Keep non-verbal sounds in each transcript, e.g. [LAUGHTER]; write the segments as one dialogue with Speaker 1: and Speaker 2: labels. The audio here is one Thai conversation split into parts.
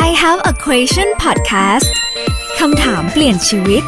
Speaker 1: I have a question podcast คำถามเปลี่ยนชีวิต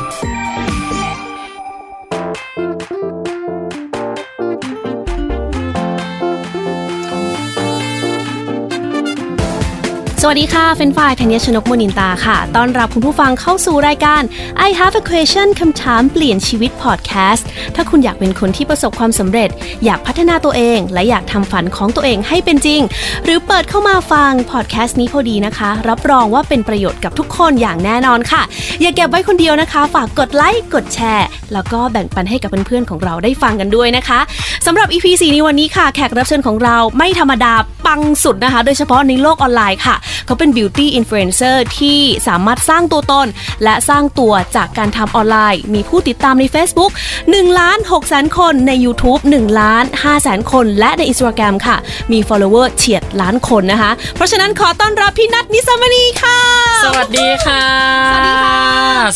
Speaker 2: สวัสดีค่ะเฟรนไฟายธัญญชนกมนินตาค่ะ ต้อนรับคุณผู้ฟังเข้าสู่รายการ I Have a Question คำถามเปลี่ยนชีวิตพอดแคสต์ ถ้าคุณอยากเป็นคนที่ประสบความสำเร็จ อยากพัฒนาตัวเอง และอยากทำฝันของตัวเองให้เป็นจริง หรือเปิดเข้ามาฟังพอดแคสต์นี้พอดีนะคะ รับรองว่าเป็นประโยชน์กับทุกคนอย่างแน่นอนค่ะ อย่าเก็บไว้คนเดียวนะคะ ฝากกดไลค์ กดแชร์ แล้วก็แบ่งปันให้กับเพื่อนๆของเราได้ฟังกันด้วยนะคะสำหรับ EP 4ในวันนี้ค่ะ แขกรับเชิญของเราไม่ธรรมดาปังสุดนะคะ โดยเฉพาะในโลกออนไลน์ค่ะ เขาเป็น beauty influencer ที่สามารถสร้างตัวตน และสร้างตัวจากการทำออนไลน์ มีผู้ติดตามใน Facebook 1ล้าน6แสนคนใน YouTube 1ล้าน5แสนคน และใน Instagram ค่ะ มี follower เฉียดล้านคนนะคะ เพราะฉะนั้นขอต้อนรับพี่นัทนิสามณีค่ะ
Speaker 3: สวัสดีค่ะ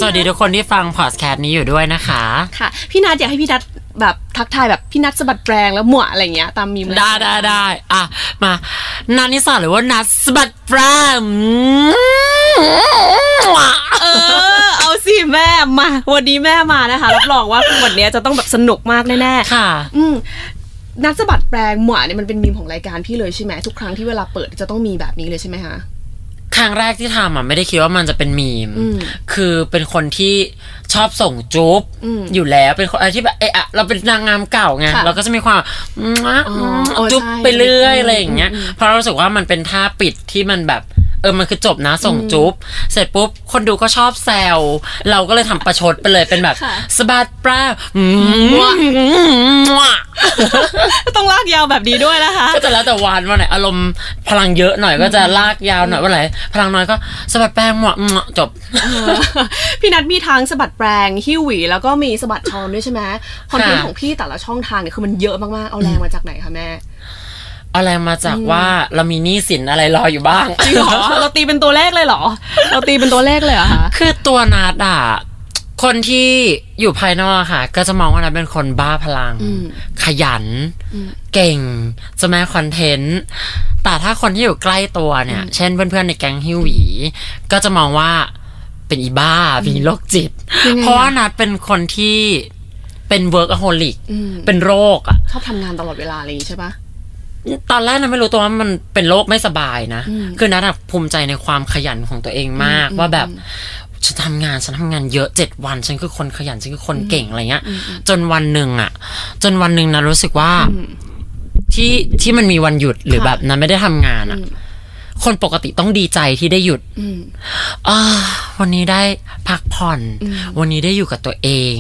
Speaker 3: สวัสดีทุกคนที่ฟังพอดแคสต์นี้อยู่ด้วยนะคะ
Speaker 2: ค่ะ พี่นัทอยากให้พี่นัทแบบทักทายแบบพี่นัทสะบัดแปรงแล้วหมวอะไรเงี้ยตามมีม
Speaker 3: ได้ได้ได้อ่ะ มานันนิสาหรือว่านัทสะบัดแปรม
Speaker 2: เออเอาสิแม่มาวันนี้แม่มานะคะรับรองว่าวันเนี้ยจะต้องแบบสนุกมากแน่ๆ
Speaker 3: ค่ะ
Speaker 2: อืมนัดสะบัดแปลงหมวเนี่ยมันเป็นมีมของรายการพี่เลยใช่ไหมทุกครั้งที่เวลาเปิดจะต้องมีแบบนี้เลยใช่ไหมคะ
Speaker 3: ครั้งแรกที่ทำอ่ะไม่ได้คิดว่ามันจะเป็นมีม
Speaker 2: อืม
Speaker 3: คือเป็นคนที่ชอบส่งจุ๊บ
Speaker 2: อืม
Speaker 3: อยู่แล้วเป็นคนอะไรที่แบบเอออะเราเป็นนางงามเก่าไง
Speaker 2: ค่ะ
Speaker 3: เราก็จะมีความอื [LAUGHS] มอ่ะ
Speaker 2: อ๋ออ๋อ
Speaker 3: จุ๊บ
Speaker 2: ใช่
Speaker 3: ไปเรื่อย
Speaker 2: อืม
Speaker 3: อะไรอย่างเงี้ยเพราะเรารู้สึกว่ามันเป็นท่าปิดที่มันแบบ เออมันคือจบนะส่งจุ๊บเสร็จปุ๊บคนดูก็ชอบแซวเราก็เลยทำประชดไปเลยเป็นแบบ
Speaker 2: ค่ะ
Speaker 3: สะบัดแปลาอืมมั่ว
Speaker 2: ต้องลากยาวแบบนี้ด้วยนะคะ
Speaker 3: ก็จะแล้วแต่วันวันไหนอารมณ์พลังเยอะหน่อยก็จะลากยาวหน่อยวันไหนพลังน้อยก็สะบัดแป้งหมวะอืม [LAUGHS] จบ
Speaker 2: พี่นัดมีทั้งสะบัดแปลงฮิวหวีแล้วก็มีสะบัดช้อนด้วยใช่ไหมคอนเทนต์ของพี่แต่ละช่องทางเนี่ยคือมันเยอะมากๆเอาแรงมาจากไหนคะแม่
Speaker 3: เอาอะไรมาจากว่าเรามีหนี้สินอะไรรออยู่บ้าง
Speaker 2: จริงเหรอ เราตีเป็นตัวเลขเลยเหรอ เราตีเป็นตัวเลขเลยเหรอคะ
Speaker 3: คือตัวนาดอะคนที่อยู่ภายนอกอะค่ะ ก็จะมองว่านาดเป็นคนบ้าพลัง ขยัน เก่งเจะแม่คอนเทนต์ แต่ถ้าคนที่อยู่ใกล้ตัวเนี่ย เช่นเพื่อนๆในแก๊งฮิวหวี ก็จะมองว่าเป็นอีบ้าเป็นโรคจิต เพราะว่านัดเป็นคนที่เป็นเวิร์กอะโฮลิก เป็นโรคอะ
Speaker 2: ชอบทำงานตลอดเวลาอะไรอย่างนี้ใช่ปะ
Speaker 3: ตอนแรกนะไม่รู้ตัวว่ามันเป็นโรคไม่สบายนะ
Speaker 2: อืม
Speaker 3: คือนัทอะภูมิใจในความขยันของตัวเองมากว่าแบบฉันทำงานฉันทำงานเยอะเจ็ดวันฉันคือคนขยันฉันคือคนเก่งอะไรเงี้ย จนวันหนึ่งอะจนวันหนึ่งนะรู้สึกว่า
Speaker 2: อืม
Speaker 3: ที่ที่มันมีวันหยุดหรือ
Speaker 2: ค่ะ
Speaker 3: แบบนั้นไม่ได้ทำงานอะคนปกติต้องดีใจที่ได้หยุด
Speaker 2: อืม
Speaker 3: อาวันนี้ได้พักผ่อน
Speaker 2: อืม
Speaker 3: วันนี้ได้อยู่กับตัวเอง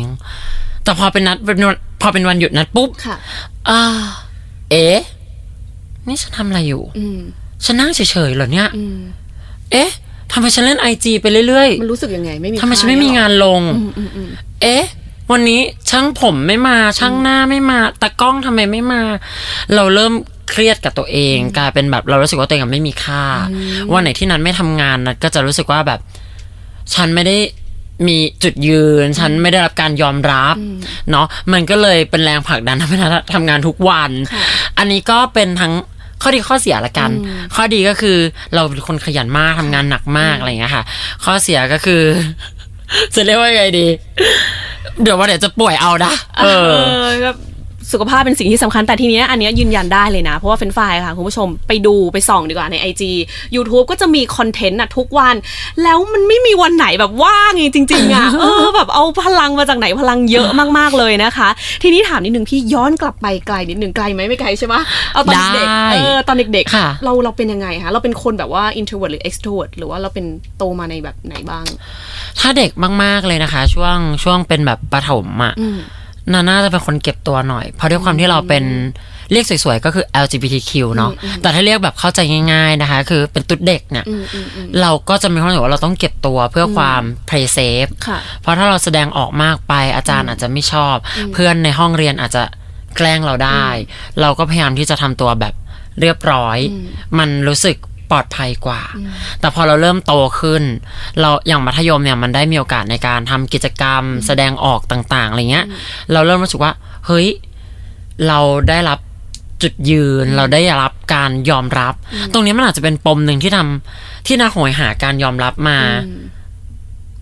Speaker 3: แต่พอเป็นนัดเป็นวันพอเป็นวันหยุดนัดปุ๊บ
Speaker 2: ค่ะ
Speaker 3: อ่าเอ๊ะนี่ฉันทำอะไรอยู่
Speaker 2: อืม
Speaker 3: ฉันนั่งเฉยๆเหรอเนี่ย
Speaker 2: อืม
Speaker 3: เอ๊ะทำไมฉันเล่นไอจีไปเรื่อย
Speaker 2: มันรู้สึกยังไงไม่มี
Speaker 3: ๆทำไมฉันไม่มีงานลง
Speaker 2: อืมอืมอืม
Speaker 3: เอ๊ะ วันนี้ช่างผมไม่มา ช่างหน้าไม่มาตากล้องทำไมไม่มา เราเริ่มเครียดกับตัวเอง กลายเป็นแบบเรารู้สึกว่าตัวเองอะไม่มีค่า วันไหนที่นันไม่ทำงานนันก็จะรู้สึกว่าแบบ ฉันไม่ได้มีจุดยืน ฉันไม่ได้รับการยอมรับ เนาะมันก็เลยเป็นแรงผลักดันทำให้นัททำงานทุกวัน อันนี้ก็เป็นทั้งข้อดีข้อเสียละกัน ข้อดีก็คือเราเป็นคนขยันมากทำงานหนักมากอะไรอย่างเงี้ยค่ะ ข้อเสียก็คือ [LAUGHS] จะเรียกว่าไงดี เดี๋ยววันไหนจะป่วยเอานะเอ
Speaker 2: เอ
Speaker 3: อ
Speaker 2: อก็สุขภาพเป็นสิ่งที่สำคัญแต่ทีเนี้ยอันเนี้ยยืนยันได้เลยนะ เพราะว่าเฟรนด์ไฟล์ค่ะ คุณผู้ชมไปดูไปส่องดีกว่าใน IG YouTube ก็จะมีคอนเทนต์อะทุกวัน แล้วมันไม่มีวันไหนแบบว่างจริงๆอะ
Speaker 3: [LAUGHS]
Speaker 2: เออแบบเอาพลังมาจากไหนพลังเยอะมากๆเลยนะคะ ทีนี้ถามนิดนึงพี่ย้อนกลับไปไกลนิดนึงไกลไหมไม่ไกลใช่ไหมเอาตอนเด็ก
Speaker 3: ได้
Speaker 2: ๆเออตอนเด็ก
Speaker 3: ค่ะ
Speaker 2: เราเราเป็นยังไงคะเราเป็นคนแบบว่า introvert หรือ extrovert หรือว่าเราเป็นโตมาในแบบไหนบ้าง
Speaker 3: ถ้าเด็กมากๆเลยนะคะ ช่วงช่วงเป็นแบบประถมอ่ะ
Speaker 2: อืม
Speaker 3: นาน่าจะเป็นคนเก็บตัวหน่อย เพราะด้วยความที่เราเป็นเรียกสวยๆ ก็คือ LGBTQ เนาะแต่ถ้าเรียกแบบเข้าใจง่าย ๆนะคะ คือเป็นตุ๊ดเด็กเนี่ย
Speaker 2: อืมอืมอืม
Speaker 3: เราก็จะมีความรู้สึกว่าเราต้องเก็บตัวเพื่อความ play safe
Speaker 2: ค่ะ
Speaker 3: เพราะถ้าเราแสดงออกมากไปอาจารย์อาจจะไม่ชอบ เพื่อนในห้องเรียนอาจจะแกล้งเราได้ เราก็พยายามที่จะทำตัวแบบเรียบร้อย มันรู้สึกปลอดภัยกว่า แต่พอเราเริ่มโตขึ้น เราอย่างมัธยมเนี่ยมันได้มีโอกาสในการทำกิจกรรม แสดงออกต่างๆอะไรเงี้ย เราเริ่มรู้สึกว่า เฮ้ย เราได้รับ จุดยืนเราได้รับการยอมรับ ตรงนี้มันอาจจะเป็นปมหนึ่งที่ทำที่นาโหยหาการยอมรับมา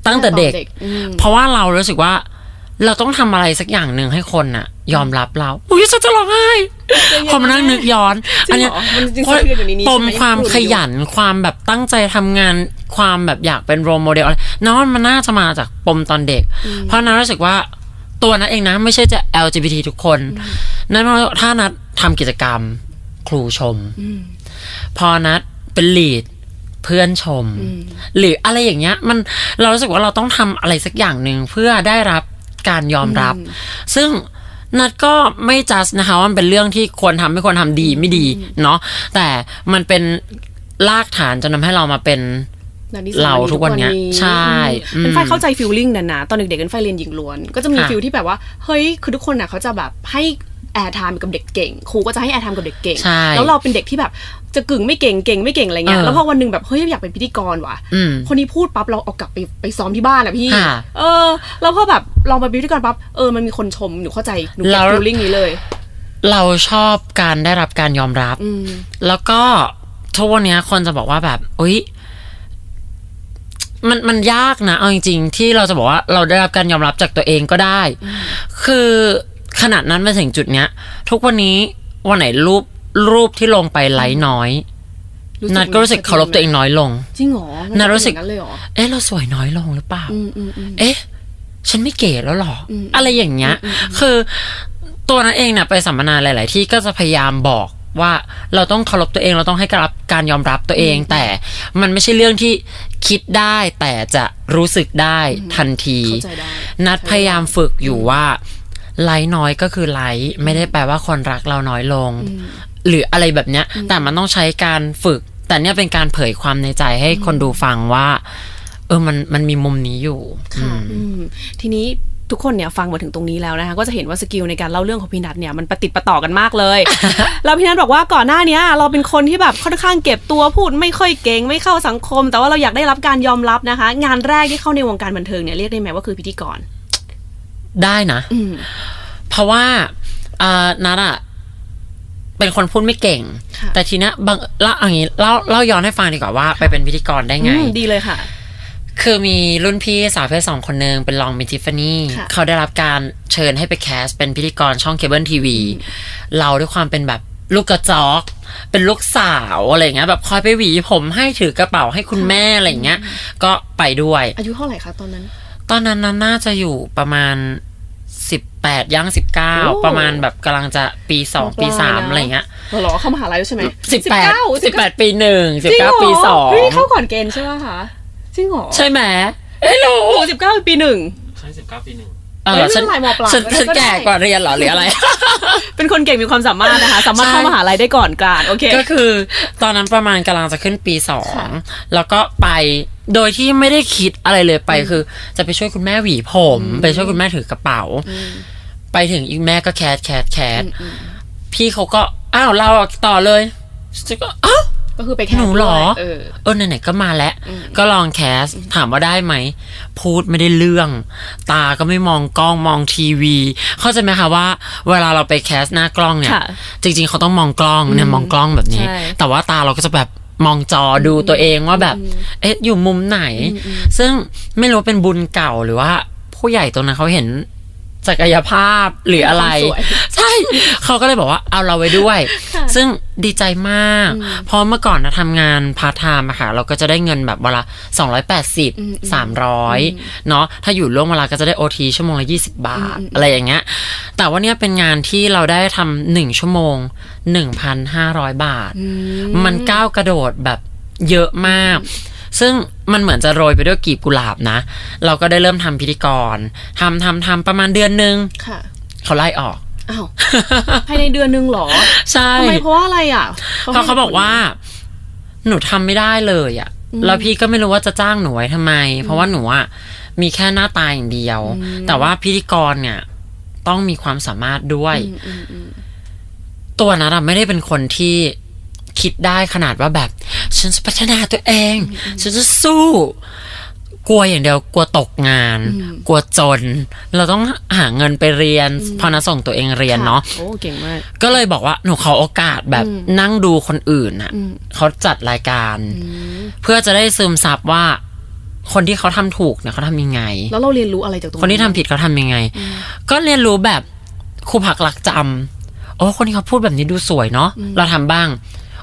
Speaker 3: ตั้งแต่เด็ก
Speaker 2: อืม
Speaker 3: เพราะว่าเรารู้สึกว่า เราต้องทำอะไรสักอย่างหนึ่งให้คนน่ะ ยอมรับเราอุ้ยฉันจะร้องไห้พอมานั่งนึกย้อน อันเนี้ย
Speaker 2: จริงเหรอมันจริงๆสะเทือนอยู่ในนี้
Speaker 3: ปม
Speaker 2: ใช่ไหม
Speaker 3: ความ
Speaker 2: พูดอยู่
Speaker 3: ขยันความแบบตั้งใจทำงานความแบบอยากเป็นโรลโมเดลอะไรน้องมันน่าจะมาจากปมตอนเด็ก เพราะน้ารู้สึกว่าตัวนัดเองนะ ไม่ใช่จะ LGBT ทุกคนนั่นเพราะถ้านัดทำกิจกรรมครูชม พอนัดเป็นลีดเพื่อนชม หรืออะไรอย่างเงี้ย มันเรารู้สึกว่าเราต้องทำอะไรสักอย่างหนึ่งเพื่อได้รับการยอมรับ ซึ่งนัดก็ไม่จัดนะคะว่ามันเป็นเรื่องที่ควรทำไม่ควรทำดีไม่ดีเนาะแต่มันเป็นรากฐานจนทำให้เรามาเป็น
Speaker 2: นะที่
Speaker 3: เราทุกวันเนี้ยใช่
Speaker 2: อืมเป็น
Speaker 3: อืม
Speaker 2: ไฟเข้าใจฟิลลิ่งนะนะตอนเด็กๆเป็นไฟเรียนหญิงล้วน ก็จะมี
Speaker 3: ค่ะ
Speaker 2: ฟิลที่แบบว่า เฮ้ย คือทุกคนน่ะเขาจะแบบให้แอร์ไทม์กับเด็กเก่ง ครูก็จะให้แอร์ไทม์กับเด็กเก่ง
Speaker 3: ใช่
Speaker 2: แล้วเราเป็นเด็กที่แบบจะกึ่งไม่เก่ง เก่งไม่เก่งอะไรเงี้ย
Speaker 3: เออ
Speaker 2: แล้วพอวันหนึ่งแบบเฮ้ยอยากเป็นพิธีกรว่ะ
Speaker 3: อืม
Speaker 2: คนนี้พูดปั๊บเราเอากลับไปไปซ้อมที่บ้านอะพี่
Speaker 3: ค่ะ
Speaker 2: เออ แล้วพอแบบลองมาเป็นพิธีกรปั๊บ เออ มันมีคนชม หนูเข้าใจ หนูเก็
Speaker 3: แล้
Speaker 2: ต
Speaker 3: ว
Speaker 2: ฟิลลิ่งนี้เลย
Speaker 3: เราชอบการได้รับการยอมรับ
Speaker 2: อืม
Speaker 3: แล้วก็ทุกวันเนี้ยคนจะบอกว่าแบบอุ้ยมันมันยากนะเอาจริงๆที่เราจะบอกว่าเราได้รับการยอมรับจากตัวเองก็ได้ คือขนาดนั้นมาถึงจุดเนี้ย ทุกวันนี้วันไหนรูปรูปที่ลงไปไลค์น้อย นัดก็รู้สึกเคารพตัวเองน้อยลง
Speaker 2: จริงเหรอมั
Speaker 3: น่ารู้สึก
Speaker 2: เป็อย่งนั้นเลยเหรอ
Speaker 3: เอ๊ะเราสวยน้อยลงหรือเปล่า
Speaker 2: อืมอืมอืม
Speaker 3: เอ๊ะ ฉันไม่เก๋แล้วหรออ
Speaker 2: ม
Speaker 3: อะไรอย่างเงี้ย คือตัวนั้นเองเนี่ยไปสัมมนาหลาย ๆ ที่ก็จะพยายามบอกว่าเราต้องเคารพตัวเองเราต้องให้การรับการยอมรับตัวเอง แต่มันไม่ใช่เรื่องที่คิดได้แต่จะรู้สึกได้ทันที
Speaker 2: เข้าใจได้
Speaker 3: นัดพยายามฝึกอยู่ว่าไลค์น้อยก็คือไลค์ไม่ได้แปลว่าคนรักเราน้อยลง หรืออะไรแบบเนี้ย แต่มันต้องใช้การฝึก แต่เนี่ยเป็นการเผยความในใจให้คนดูฟังว่า เออมันมันมีมุมนี้อยู่อืม
Speaker 2: อืมทีนี้ทุกคนเนี่ยฟังมาถึงตรงนี้แล้วนะคะก็จะเห็นว่าสกิลในการเล่าเรื่องของพี่นัทเนี่ยมันประติดประต่อกันมาก
Speaker 3: [LAUGHS]
Speaker 2: เลย แล้วพี่นัทบอกว่าก่อนหน้าเนี้ยเราเป็นคนที่แบบค่อนข้างเก็บตัวพูดไม่ค่อยเก่งไม่เข้าสังคม แต่ว่าเราอยากได้รับการยอมรับนะคะ งานแรกที่เข้าในวงการบันเทิงเนี่ยเรียกได้ไหมว่าคือพิธีกร
Speaker 3: ได้นะ
Speaker 2: อืม
Speaker 3: เพราะว่าเอ่อนัทอะเป็นคนพูดไม่เก่ง
Speaker 2: ค่ะ
Speaker 3: แต่ทีเนี้ยบางเล่าอย่างนี้เล่าเล่าย้อนให้ฟังดีกว่าว่าไปเป็นพิธีกรได้ไง
Speaker 2: อืมดีเลยค่ะ
Speaker 3: คือมีรุ่นพี่สาวเพศสองคนหนึ่งเป็นลองมิทิฟานี่
Speaker 2: ค่ะ
Speaker 3: เขาได้รับการเชิญให้ไปแคส เป็นพิธีกรช่องเคเบิลทีวี เราด้วยความเป็นแบบลูกกระจอก เป็นลูกสาวอะไรอย่างเงี้ยแบบคอยไปหวีผมให้ถือกระเป๋าให้คุณแม่อะไรอย่างเงี้ย ก็ไปด้วย
Speaker 2: อายุเท่าไหร่คะตอนนั้น
Speaker 3: ตอนนั้นน่าจะอยู่ประมาณสิบแปดย่างสิบเก้า
Speaker 2: โอ้
Speaker 3: ประมาณแบบกำลังจะปีสองปีสามอะไรอย่างเงี้ย
Speaker 2: หรอเข้ามหาลัยแล้วใช่ไหม
Speaker 3: สิบแปด
Speaker 2: สิ
Speaker 3: สิ
Speaker 2: บบ แป
Speaker 3: แป
Speaker 2: ด
Speaker 3: ดปีหนึ่งสิบเก้าปีสอง
Speaker 2: เฮ้ยเข้าก่อนเกณฑ์ใช่ไหมคะจริงเหรอ
Speaker 3: ใช่ไหมเอ้ยรู้
Speaker 2: โอ้สิบเก้าปีหนึ่ง
Speaker 4: ใช่สิบเก้าปีหนึ่ง
Speaker 3: เอ
Speaker 2: เอ้
Speaker 3: อย ฉัน
Speaker 2: ไม่เป็นไรมปลาย
Speaker 3: ฉัน
Speaker 2: ก็ได้
Speaker 3: ฉันแก่กว่าเรียนเหรอหรืออะไร
Speaker 2: เป็นคนเก่งมีความสามารถนะคะ สามารถเข้ามหาลัยได้ก่อนการโอเค
Speaker 3: ก็คือตอนนั้นประมาณกำลังจะขึ้นปีสองแล้วก็ไปโดยที่ไม่ได้คิดอะไรเลยไปคือ จะไปช่วยคุณแม่หวีผม ไปช่วยคุณแม่ถือกระเป๋า ไปถึงอีกแม่ก็แคสแคสแคสพี่เขาก็อ้าวเราอะต่อเลยฉันก็อ้าว
Speaker 2: ก็คือไปแค่
Speaker 3: หนูเหรอ
Speaker 2: เออ
Speaker 3: เออไหนๆก็มาแล้ว ก็ลองแคสถามว่าได้ไหม พูดไม่ได้เรื่อง ตาก็ไม่มองกล้องมองทีวี เข้าใจไหมคะว่า เวลาเราไปแคสหน้ากล้องเนี่ย
Speaker 2: ค่ะ
Speaker 3: จริง ๆ เขาต้องมองกล้องเนี่ยมองกล้องแบบนี้
Speaker 2: ใช่
Speaker 3: แต่ว่าตาเราก็จะแบบมองจอดูตัวเองว่าแบบ เอ๊ะอยู่มุมไหน ซึ่งไม่รู้ว่าเป็นบุญเก่าหรือว่า ผู้ใหญ่ตรงนั้นเขาเห็นศักยภาพหรืออะไร
Speaker 2: ความสวย
Speaker 3: ใช่ เขาก็เลยบอกว่าเอาเราไว้ด้วย ซึ่งดีใจมาก เพราะเมื่อก่อนนะทำงานพาร์ทไทม์อะค่ะ เราก็จะได้เงินแบบเวลา280 300 เนาะถ้าอยู่ล่วงเวลาก็จะได้โอทีชั่วโมงละ20 บาท อะไรอย่างเงี้ย แต่ว่าเนี่ยเป็นงานที่เราได้ทำหนึ่งชั่วโมง 1,500 บาท มันก้าวกระโดดแบบเยอะมาก ซึ่งมันเหมือนจะโรยไปด้วยกลีบกุหลาบนะ เราก็ได้เริ่มทำพิธีกรทำทำทำประมาณเดือนหนึง
Speaker 2: ค่ะ
Speaker 3: เขาไล่ออก [LAUGHS]
Speaker 2: อ้าวภายในเดือนหนึงเหรอ
Speaker 3: ใช่
Speaker 2: ทำไมเพราะว่าอะไรอ่ะ
Speaker 3: เพราะเขาบอกว่า หนูทำไม่ได้เลยอะ่ะแล้วพี่ก็ไม่รู้ว่าจะจ้างหนูไว้ทำไม เพราะว่าหนูอะมีแค่หน้าตาอย่างเดียว แต่ว่าพิธีกรเนี่ย ต้องมีความสามารถด้วย ตัวนัทอะไม่ได้เป็นคนที่คิดได้ขนาดว่าแบบ ฉันจะพัฒนาตัวเอง ฉันจะสู้ กลัวอย่างเดียวกลัวตกงาน
Speaker 5: อืม
Speaker 3: กลัวจน เราต้องหาเงินไปเรียนพอนะส่งตัวเองเรียนเนาะ
Speaker 5: โอ้เก่งมาก
Speaker 3: ก็เลยบอกว่าหนูขอโอกาสแบบ
Speaker 5: อืม
Speaker 3: นั่งดูคนอื่นน่ะ
Speaker 5: อืม
Speaker 3: เขาจัดรายการ เพื่อจะได้ซึมซับว่า คนที่เขาทำถูกเนี่ยเขาทำยังไง
Speaker 5: แล้วเราเรียนรู้อะไรจากตรง
Speaker 3: คนที่ทำผิดเขาทำยังไง ก็เรียนรู้แบบครูผักหลักจำโอ้คนที่เขาพูดแบบนี้ดูสวยเนาะเราทำบ้าง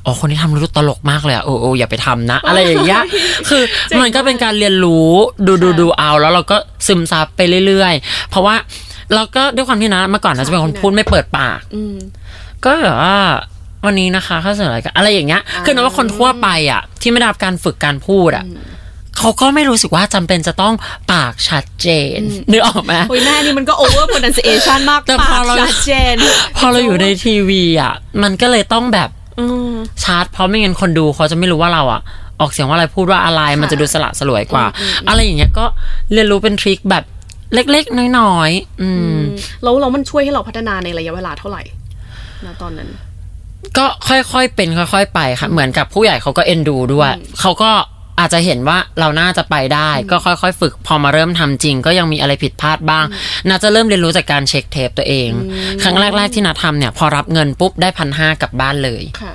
Speaker 3: อ๋อคนที่ทำรู้ตลกมากเลยอะโอ้โอ้อย่าไปทำนะ อะไรอย่างเงี้ยคือมันก็เป็นการเรียนรู้ดูดูดูเอา แล้วเราก็ซึมซับไปเรื่อยๆ เพราะว่าเราก็ด้วยความที่นะเมื่อก่อนเราจะเป็นคนพูดไม่เปิดปาก
Speaker 5: อืม
Speaker 3: ก็แบบว่าวันนี้นะคะเข้าเสนออะไรายกันอะไรอย่างเงี้ยคือนับว่าคนทั่วไปอ่ะ ที่ไม่ได้รับการฝึกการพูดอ่ะเขาก็ไม่รู้สึกว่าจำเป็นจะต้องปากชัดเจนนึกออกไหม
Speaker 5: โอ้ยแม่นี่มันก็ over pronunciation มาก
Speaker 3: แต่พอเรา
Speaker 5: ปกชัดเจน
Speaker 3: พอเราอยู่ในทีวีอ่ะ มันก็เลยต้องแบบ
Speaker 5: อืม
Speaker 3: ชัดเพราะไม่งั้นคนดูเขาจะไม่รู้ว่าเราอ่ะ ออกเสียงว่าอะไรพูดว่าอะไรมันจะดูสละสลวยกว่า อะไรอย่างเงี้ยก็เรียนรู้เป็นทริคแบบเล็กๆน้อยๆอืม
Speaker 5: แล้วเรามันช่วยให้เราพัฒนาในระยะเวลาเท่าไหร่ณตอนนั้น
Speaker 3: ก็ค่อยๆ เป็นค่อยๆ ไปค่ะ เหมือนกับผู้ใหญ่เขาก็เอ็นดูด้วย เขาก็อาจจะเห็นว่าเราน่าจะไปได้ ก็ค่อยๆ ฝึก พอมาเริ่มทำจริง ก็ยังมีอะไรผิดพลาดบ้าง น่าจะเริ่มเรียนรู้จากการเช็คเทปตัวเอง ครั้งแรกๆ ที่นาทำเนี่ย พอรับเงินปุ๊บได้พันห้ากลับบ้านเลย
Speaker 5: ค่ะ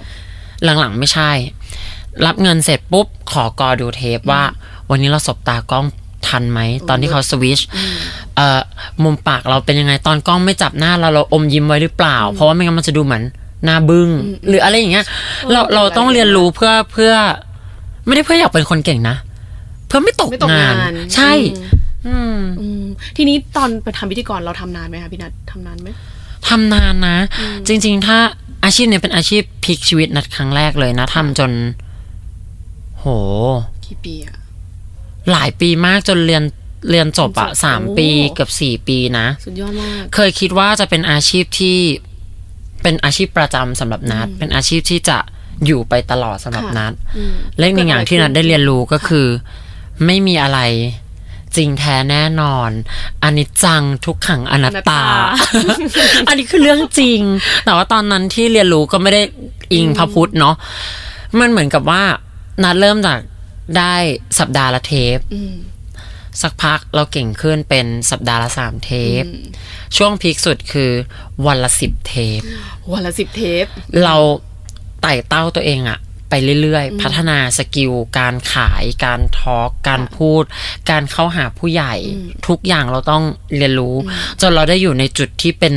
Speaker 3: หลังๆ ไม่ใช่ รับเงินเสร็จปุ๊บ ขอกอดูเทปว่า วันนี้เราสบตากล้องทันไหม ตอนที่เขาสวิชเอ่อมุมปากเราเป็นยังไงตอนกล้องไม่จับหน้าเราเราอมยิ้มไว้หรือเปล่า เพราะว่าไม่งั้นมันจะดูเหมือนหน้าบึง้งหรืออะไรอย่างเงี้ย เราเราต้องเรียนรู้เพื่อเพื่อ ไม่ได้เพื่ออยากเป็นคนเก่งนะ เพื่อไม่ตก
Speaker 5: ไม่ตกงาง
Speaker 3: านน ใช่ อืม
Speaker 5: อืมทีนี้ตอนไปทำพิธีกรเราทำนานไหมคะพี่นัททำนานไหม
Speaker 3: ทำนานนะ จริง ๆ ถ้าอาชีพเนี่ยเป็นอาชีพพลิกชีวิตนัดครั้งแรกเลยนะทำจน โห
Speaker 5: กี่ปีอะ
Speaker 3: หลายปีมากจนเรียนเรียนจบอะ
Speaker 5: จบ
Speaker 3: สาม
Speaker 5: โอ้
Speaker 3: ปีเกือบสี่ปีนะ
Speaker 5: สุดยอดมาก
Speaker 3: เคยคิดว่าจะเป็นอาชีพที่เป็นอาชีพประจำสำหรับนัดเป็นอาชีพที่จะอยู่ไปตลอดสำหรับ
Speaker 5: ค่ะ
Speaker 3: นัด
Speaker 5: อืม
Speaker 3: เล็กหนึ่งอย่างที่นัดได้เรียนรู้ก็คือ ไม่มีอะไรจริงแท้แน่นอนอันนี้จังทุกขังอนัตตา
Speaker 5: อนัต
Speaker 3: อันนี้ [LAUGHS] คือเรื่องจริง แต่ว่าตอนนั้นที่เรียนรู้ก็ไม่ได้อิงพระพุทธเนาะมันเหมือนกับว่า นัดเริ่มจากได้สัปดาห์ละเทป
Speaker 5: อืม
Speaker 3: สักพักเราเก่งขึ้นเป็นสัปดาห์ละสามเทป ช่วงพีคสุดคือวันละสิบเทป
Speaker 5: วันละสิบเทป
Speaker 3: เราไต่เต้าตัวเองอะไปเรื่อยๆ พัฒนาสกิล การขาย การทอล์กการพูด การเข้าหาผู้ใหญ่ ทุกอย่างเราต้องเรียนรู้ จนเราได้อยู่ในจุดที่เป็น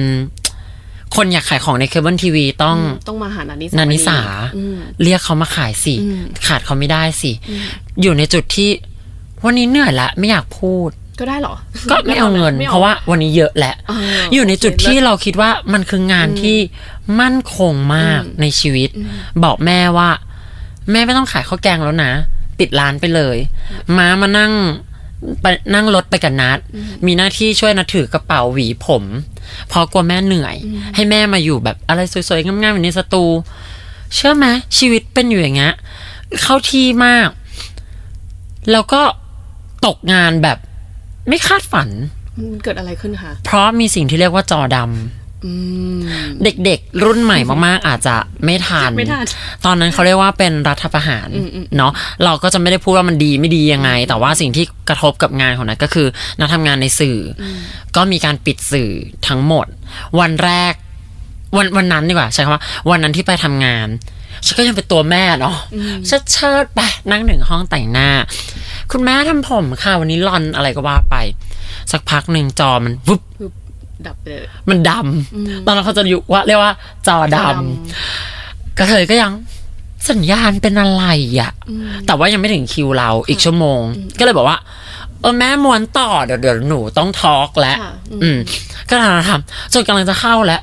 Speaker 3: คนอยากขายของในเคเบิลทีวีต้อง
Speaker 5: ต้องมาหานันนิสา
Speaker 3: นันนิสา
Speaker 5: อืม
Speaker 3: เรียกเขามาขายสิ
Speaker 5: อืม
Speaker 3: ขาดเขาไม่ได้สิ อยู่ในจุดที่วันนี้เหนื่อยละไม่อยากพูด
Speaker 5: ก็ได้เหรอ
Speaker 3: ก็ไม่เอาเงิน เพราะว่าวันนี้เยอะแหละ
Speaker 5: เออ
Speaker 3: อ
Speaker 5: อ
Speaker 3: ยู่ในจุดที่เราคิดว่ามันคืองานที่มั่นคงมากในชีวิต บอกแม่ว่า แม่ไม่ต้องขายข้าวแกงแล้วนะ ปิดร้านไปเลย ม้ามานั่งไปนั่งรถไปกับนัด มีหน้าที่ช่วยนัดถือกระเป๋าหวีผมเพราะกลัวแม่เหนื่อย ให้แม่มาอยู่แบบอะไรสวยๆงามๆอยู่ในสตู เชื่อไหมชีวิตเป็นอยู่อย่างเงี้ยเข้าที่มาก แล้วก็ตกงานแบบไม่คาดฝัน
Speaker 5: มันเกิดอะไรขึ้นคะ
Speaker 3: เพราะมีสิ่งที่เรียกว่าจอดำ
Speaker 5: อืม
Speaker 3: เด็กๆ รุ่นใหม่มากๆ อาจจะไม่ทัน
Speaker 5: ไม่ทัน
Speaker 3: ตอนนั้นเขาเรียกว่าเป็นรัฐประหารเนาะเราก็จะไม่ได้พูดว่ามันดีไม่ดียังไง แต่ว่าสิ่งที่กระทบกับงานของนัทก็คือนัททำงานในสื่ออก็มีการปิดสื่อทั้งหมด วันแรก วันวันนั้นดีกว่าใช้คำว่า วันนั้นที่ไปทำงานฉันก็ยังเป็นตัวแม่เนาะเชิดเชิดๆไปนั่งหนึ่งห้องแต่งหน้า คุณแม่ทำผมค่ะวันนี้รอนอะไรก็ว่าไป สักพักหนึ่งจอมันวุบ
Speaker 5: คือดับไปเลย
Speaker 3: มันดำ ตอนนั้นเขาจะอยู่ว่าเรียกว่า จอด
Speaker 5: จอด
Speaker 3: ำกระเทยก็ยังสัญญาณเป็นอะไรอ่ะ แต่ว่ายังไม่ถึงคิวเราอีกชั่วโมง ก็เลยบอกว่า เออแม่มวนต่อเดี๋ยวเดี๋ยวหนูต้องทอล์กแล้ว
Speaker 5: ค่ะ
Speaker 3: อืม ก็ทำทำจนกำลังจะเข้าแล้ว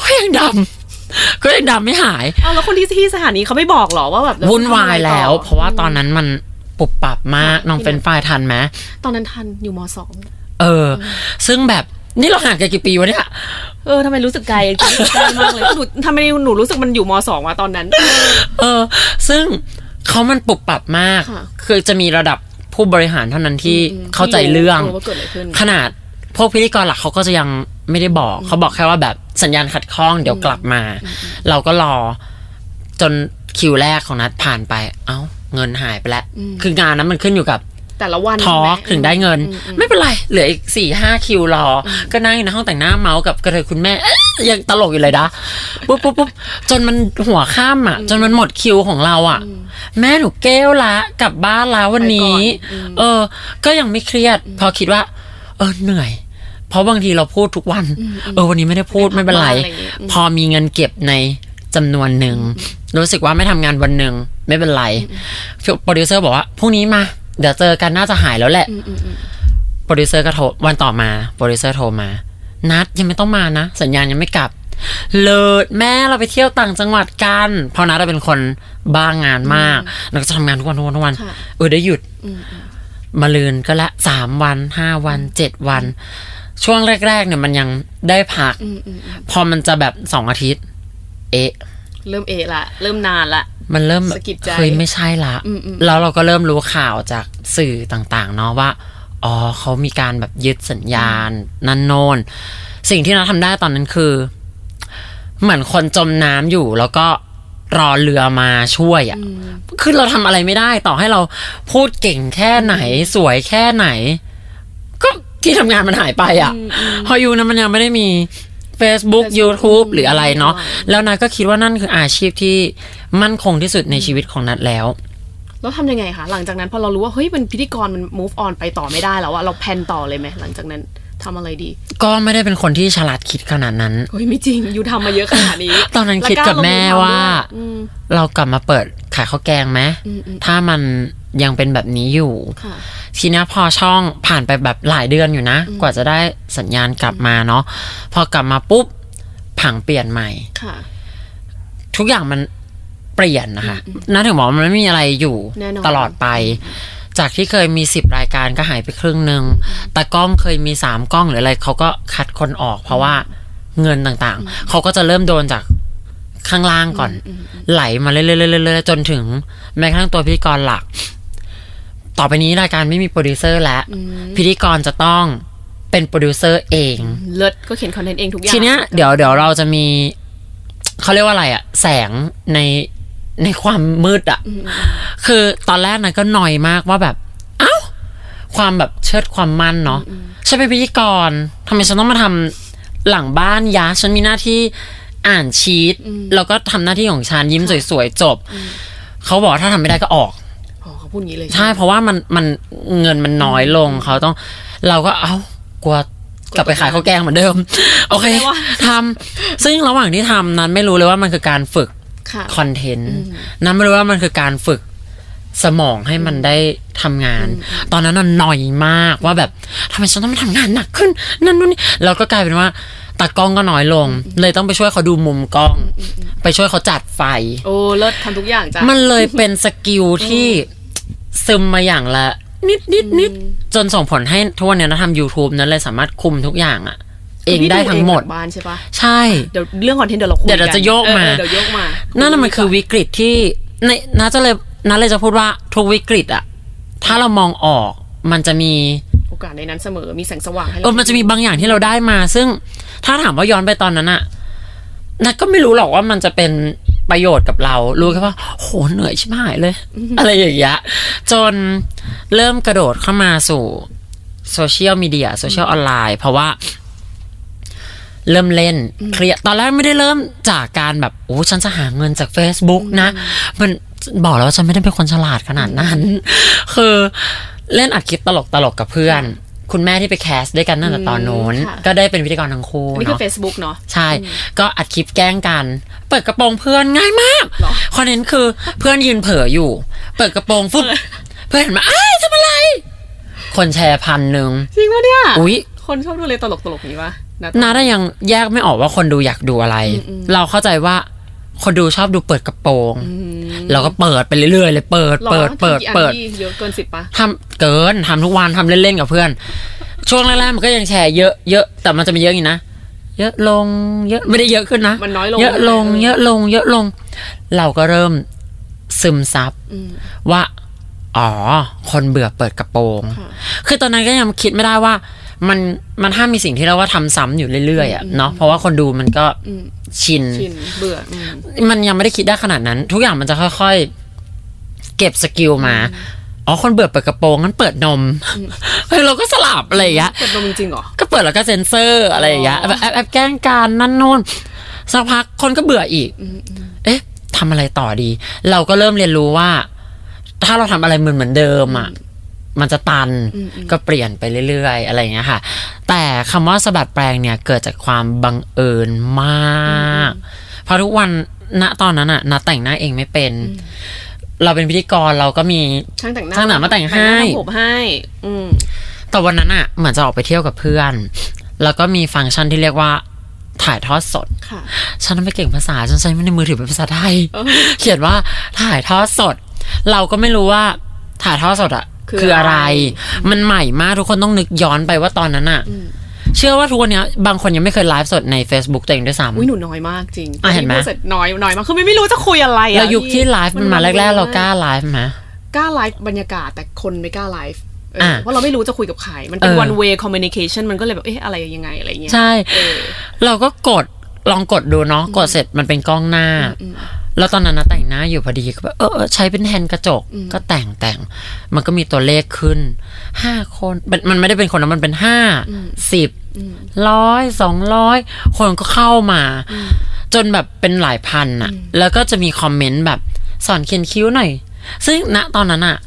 Speaker 3: ก็ยังด
Speaker 5: [LAUGHS]
Speaker 3: ำ ก็ยังดำไม่หาย
Speaker 5: เอาแล้วคนที่ที่สถานีเขาไม่บอกเหรอว่าแบบเร
Speaker 3: วุ่นวายแล้ว
Speaker 5: ต้องทำอะไร
Speaker 3: เพ
Speaker 5: ต่อ
Speaker 3: ราะว่าตอนนั้นมันปุบปับมากน้อง
Speaker 5: พี่
Speaker 3: เฟรน
Speaker 5: นัท
Speaker 3: ไฟรายทันไหม
Speaker 5: ตอนนั้นทันอยู่มสอง
Speaker 3: เออ ซึ่งแบบนี่เราห่างกันกี่ปีวะเนี่ย
Speaker 5: เออทำไมรู้สึกไกลจริงๆไกลมากเลยหนูทำไมหนูรู้สึกมันอยู่มสองวะตอนนั้น
Speaker 3: เออ ซึ่งเขามันปรับปรับมาก
Speaker 5: ค่ะ
Speaker 3: คือจะมีระดับผู้บริหารเท่านั้นที่เข้าใจเรื่อง
Speaker 5: ที่รู้ว่าเกิดอะไรขึ้น
Speaker 3: ขนาดพวกพิธีกรหลักเขาก็จะยังไม่ได้บอก เขาบอกแค่ว่าแบบสัญญาณขัดข้องเดี๋ยวกลับมา เราก็รอจนคิวแรกของนัดผ่านไป เอ้า เงินหายไปแล้ว คืองานนั้นมันขึ้นอยู่กับ
Speaker 2: แต่ละวัน
Speaker 3: ท้อ
Speaker 2: ใช่หม
Speaker 3: ถึงได้เงิน
Speaker 2: อืมอืม
Speaker 3: ไม่เป็นไร เหลืออีกสี่ห้าคิวรออก็นั่งอยู่ในห้องแต่งหน้าเมาส์กับกระเทยคุณแม่ [COUGHS] เอ๊ะยังตลกอยู่เลยนะปุ๊บปุ๊บปุ๊บจนมันหัวข้ามอ่ะ จนมันหมดคิวของเราอ่ะ แม่หนูแก้วละกลับบ้านละวันนี้ เออ ก็ยังไม่เครียด พอคิดว่า เออเหนื่อย เพราะบางทีเราพูดทุกวัน เออวันนี้ไม่ได้พูดไม่เป็นไร
Speaker 2: ะไรอย่างเงี้ยอืม
Speaker 3: พอมีเงินเก็บในจำนวนหนึ่ง รู้สึกว่าไม่ทำงานวันหนึ่งไม่เป็นไรโปรดิวเซอร์บอกว่าพรุ่งนี้มา เดี๋ยวเจอกันน่าจะหายแล้วแหละ
Speaker 2: อืมอืมอืม
Speaker 3: โปรดิวเซอร์ก็โทรวันต่อมาโปรดิวเซอร์โทรมา นัดยังไม่ต้องมานะ สัญญาณยังไม่กลับ เลิศแม่เราไปเที่ยวต่างจังหวัดกันเพราะนัดเราเป็นคนบ้างงานมากเราก็จะทำงานทุกวันทุกวันทุกวัน
Speaker 2: ค่ะ
Speaker 3: เออได้หยุด
Speaker 2: อืมอืม
Speaker 3: มาลืนก็ละสามวันห้าวันเจ็ดวัน ช่วงแรก ๆ เนี่ยมันยังได้พัก
Speaker 2: อืมอืมอืม
Speaker 3: พอมันจะแบบสองอาทิตย์ เอ๊ะ
Speaker 2: เริ่มเอะละ เริ่มนานละ
Speaker 3: มันเริ่มแบบ
Speaker 2: สะกิดใจ
Speaker 3: เฮ้ยไม่ใช่ละ
Speaker 2: อืมอืม
Speaker 3: แล้วเราก็เริ่มรู้ข่าวจากสื่อต่างๆ เนาะว่า อ๋อเขามีการแบบยึดสัญญาณ นันโนน สิ่งที่น้าทำได้ตอนนั้นคือ เหมือนคนจมน้ำอยู่ แล้วก็รอเรือมาช่วยอะ่ะคือเราทำอะไรไม่ได้ ต่อให้เราพูดเก่งแค่ไหน สวยแค่ไหน ก็ที่ทำงานมันหายไปอะ่ะเพอยูนั้นมันยังไม่ได้มี Facebook YouTube หรืออะไรเนาะ แล้วนัทก็คิดว่านั่นคืออาชีพที่มั่นคงที่สุดในชีวิตของนัทแล้ว
Speaker 2: แล้วทำยังไงคะหลังจากนั้นพอเรารู้ว่าเฮ้ยมันพิธีกรมัน move on ไปต่อไม่ได้แล้วอะเราแพลนต่อเลยไหมหลังจากนั้นทำอะไรดี
Speaker 3: ก็ไม่ได้เป็นคนที่ฉลาดคิดขนาดนั้น
Speaker 2: เฮ้ยไม่จริงอยู่ทำมาเยอะขนาดนี้
Speaker 3: [LAUGHS] ตอนนั้น
Speaker 2: แล้ว
Speaker 3: คิดกับแม่
Speaker 2: กล้าลงมือทำด้วย
Speaker 3: ว่า
Speaker 2: อืม
Speaker 3: เรากลับมาเปิดขายข้าวแกงไหม
Speaker 2: อืมอืม
Speaker 3: ถ้ามันยังเป็นแบบนี้อยู่
Speaker 2: ค่ะ
Speaker 3: ทีเนี้ยพอช่องผ่านไปแบบหลายเดือนอยู่นะ กว่าจะได้สัญญาณกลับมาเนาะพอกลับมาปุ๊บผังเปลี่ยนใหม่
Speaker 2: ค่ะ
Speaker 3: ทุกอย่างมันเปลี่ยนนะคะนั่นถึงบอกว่ามันไม่มีอะไรอยู่
Speaker 2: แน่นอน
Speaker 3: ตลอดไป จากที่เคยมีสิบรายการก็หายไปครึ่งหนึ่งตากล้องเคยมีสามกล้องหรืออะไรเขาก็คัดคนออก เพราะว่าเงินต่างๆ เขาก็จะเริ่มโดนจากข้างล่างก่อน ไหลมาเรื่อยๆๆๆจนถึง แม้กระทั่งตัวพิธีกรหลัก ต่อไปนี้รายการไม่มีโปรดิวเซอร์แล้วพิธีกรจะต้องเป็นโปรดิวเซอร์เอง
Speaker 2: เลิศก็เขียนคอนเทนต์เองทุกอย่าง
Speaker 3: ทีเนี้ยเดี๋ยวเดี๋ยวเราจะมี เขาเรียกว่าอะไรอะแสงในในความมืดอะคือตอนแรกนะก็หน่อยมากว่าแบบ เอ้า ความแบบเชิดความมั่นเนาะฉันเป็นพิธีกรทำไมฉันต้องมาทำหลังบ้านยะฉันมีหน้าที่อ่านชีตแล้วก็ทำหน้าที่ของฉันยิ้มสวยๆจบ เขาบอกว่าถ้าทำไม่ได้ก็ออก
Speaker 2: อ๋อเขาพูดอย่างนี้เลย
Speaker 3: ใช่เพราะว่ามันมันเงินมันน้อยลงเขาต้อง เราก็เอากลัวกลับไปขายข้าวแกงเหมือนเดิม [LAUGHS] โอเคทำซึ่งระหว่างที่ทำนั้นไม่รู้เลยว่ามันคือการฝึก
Speaker 2: ค่ะ
Speaker 3: คอนเทนต์นั้นไม่รู้ว่ามันคือการฝึกสมองให้มันได้ทำงาน ตอนนั้นน่ะหน่อยมากว่าแบบทำไมฉันต้องมาทำงานหนักขึ้น นั่นนู่นนี่เราก็กลายเป็นว่าตากล้องก็น้อยลง เลยต้องไปช่วยเขาดูมุมกล้อง ไปช่วยเขาจัดไฟ
Speaker 2: โอ้เลิศทำทุกอย่างจ้ะ
Speaker 3: มันเลยเป็นสกิลที่ซึมมาอย่างละ นิดนิดนิดจนส่งผลให้ทุกวันเนี้ยนะทำ YouTube นั้นเลยสามารถคุมทุกอย่างอะเองได้ทั้งหมด
Speaker 2: พี่เองกลับบ้านใช่ปะ
Speaker 3: ใช่
Speaker 2: เดี๋ยวเรื่องคอนเทนต์เดี๋ยวเราคุย
Speaker 3: เดี๋ยวเราจะ
Speaker 2: กัน
Speaker 3: โยก
Speaker 2: เออ
Speaker 3: มา
Speaker 2: เออเดี๋ยวโยกมา
Speaker 3: นั่
Speaker 2: นั่
Speaker 3: นน่ะมันคือวิกฤตที่ในน้าจะเลยน้าเลยจะพูดว่าทุกวิกฤตอะถ้าเรามองออกมันจะมี
Speaker 2: โอกาสในนั้นเสมอมีแสงสว่างให้เรา
Speaker 3: เออมันจะมีบางอย่างที่เราได้มา ซึ่งถ้าถามว่าย้อนไปตอนนั้นอะนักก็ไม่รู้หรอกว่ามันจะเป็นประโยชน์กับเรา รู้แค่ว่าโหเหนื่อยชิบหายเลย อะไรอย่างเงี้ยจนเริ่มกระโดดเข้ามาสู่โซเชียลมีเดียโซเชียลออนไลน์ เพราะว่า เริ่มเล่นเคลียร์ตอนแรกไม่ได้เริ่มจากการแบบโอ้ฉันจะหาเงินจาก Facebook นะ มันบอกแล้วว่าฉันไม่ได้เป็นคนฉลาดขนาดนั้น คือเล่นอัดคลิปตลกตลกๆกับเพื่อน คุณแม่ที่ไปแคสด้วยกันนั่นแต่ตอนนู้น ก็ได้เป็นวิทยกรทั้งคู่
Speaker 2: อันนี่คือ
Speaker 3: เนาะ
Speaker 2: Facebook เนาะ
Speaker 3: ใช่ ก็อัดคลิปแกล้งกัน เปิดกระโปรงเพื่อนง่ายมาก
Speaker 2: เหรอ
Speaker 3: คอนเทนต์คือเพื่อนยืนเผลออยู่ เปิดกระโปรงฟึบเพื่อนเห็นมาไอ้ายทำอะไร คนแชร์พันหนึ่ง
Speaker 2: จริงปะเนี่ย
Speaker 3: อุ๊ย
Speaker 2: คนชอบดูเลยตลกตลกๆนี้ปะนะ
Speaker 3: นาได้ยังแยกไม่ออกว่าคนดูอยากดูอะไร เราเข้าใจว่าคนดูชอบดูเปิดกระโปรงเราก็เปิดไปเรื่อยๆเลยเปิด
Speaker 2: หรอ
Speaker 3: เปิดเปิด
Speaker 2: ทำกี่อัน
Speaker 3: เปิด
Speaker 2: ที่เยอะเกินสิบปะ
Speaker 3: ทำเกินทำทุกวันทำเล่นๆกับเพื่อน ช่วงแรกๆมันก็ยังแชร์เยอะเยอะแต่มันจะมีเยอะอย่างนี้นะเยอะลง เยอะไม่ได้เยอะขึ้นนะ
Speaker 2: มันน้อยลง
Speaker 3: เยอะลง เยอะลง เยอะลง เราก็เริ่มซึมซับว่า อ๋อ คนเบื่อเปิดกระโปรง คือตอนนั้นก็ยังคิดไม่ได้ว่า มันมันห้ามมีสิ่งที่เราว่าทำซ้ำอยู่เรื่อยๆอ่ะเนาะเพราะว่าคนดูมันก็ชิน
Speaker 2: ชินเบื่ออืม
Speaker 3: มันยังไม่ได้คิดได้ขนาดนั้น ทุกอย่างมันจะค่อยๆ เก็บสกิลมา อ๋อ คนเบื่อเปิดกระโปรงงั้นเปิดนมเฮ้ยเราก็สลับอะไรอย่างเงี้ย
Speaker 2: เก็บนมจริงๆเหรอ
Speaker 3: ก็เปิดแล้วก็เซ็นเซอร์อะไรอย่างเงี้ยแบบแอบแอบแกล้งการนั่นนู่นสักพักคนก็เบื่ออีก เอ๊ะทำอะไรต่อดี เราก็เริ่มเรียนรู้ว่า ถ้าเราทำอะไรเหมือนเหมือนเดิมอ่ะมันจะตันก็เปลี่ยนไปเรื่อยๆ อะไรอย่างเงี้ยค่ะ แต่คำว่าสะบัดแปลงเนี่ยเกิดจากความบังเอิญมากเพราะทุกวันณตอนนั้นอะณแต่งหน้าเองไม่เป็น เราเป็นพิธีกรเราก็มี
Speaker 2: ช่างแต่งหน้า
Speaker 3: ช่างแต่งหน้ามาแต่งให้
Speaker 2: ทำผมให้ อืม
Speaker 3: แต่วันนั้นอะเหมือนจะออกไปเที่ยวกับเพื่อน แล้วก็มีฟังก์ชันที่เรียกว่าถ่ายทอดสด
Speaker 2: ค่ะ
Speaker 3: ฉันไม่เก่งภาษาฉันใช้ในมือถือเป็นภาษาไท [LAUGHS] ย เขียนว่าถ่ายทอดสด เราก็ไม่รู้ว่าถ่ายทอดสดอะ
Speaker 2: คือ
Speaker 3: คืออะไร
Speaker 2: อะไร
Speaker 3: มันใหม่มากทุกคนต้องนึกย้อนไปว่าตอนนั้นอะเชื่อว่าทุกวันเนี้ยบางคนยังไม่เคยไลฟ์สดใน Facebook ตัวเองด้วยซ้ำ
Speaker 2: อุ้ยหนูน้อยมากจริง
Speaker 3: อ่ะเห็นไหม
Speaker 2: พูดเสร็จน้อยน้อยมากคือไม่ไม่รู้จะคุยอะไรอะ
Speaker 3: เรายุคที่ไลฟ์มันมาแรก ๆ เรากล้าไลฟ์ไหม
Speaker 2: กล้าไลฟ์บรรยากาศแต่คนไม่กล้าไลฟ์เอออะ เพราะเราไม่รู้จะคุยกับใคร มันเป็น
Speaker 3: เออ
Speaker 2: one way communication มันก็เลยแบบ เอ๊ะ อะไรยังไง อะไรเงี้ย
Speaker 3: ใช่ เราก็กดลองกดดูเนาะกดเสร็จมันเป็นกล้องหน้า แล้วตอนนั้นนะแต่งหน้าอยู่พอดีก็แบบเออเออใช้เป็นแฮนด์กระจกก็แต่งแต่ง มันก็มีตัวเลขขึ้นห้าคนมันมันไม่ได้เป็นคนนะมันเป็นห้าสิบร้อยสองร้อยคนก็เข้ามา จนแบบเป็นหลายพันอะแล้วก็จะมีคอมเมนต์แบบสอนเขียนคิ้วหน่อย ซึ่งณตอนนั้นอะ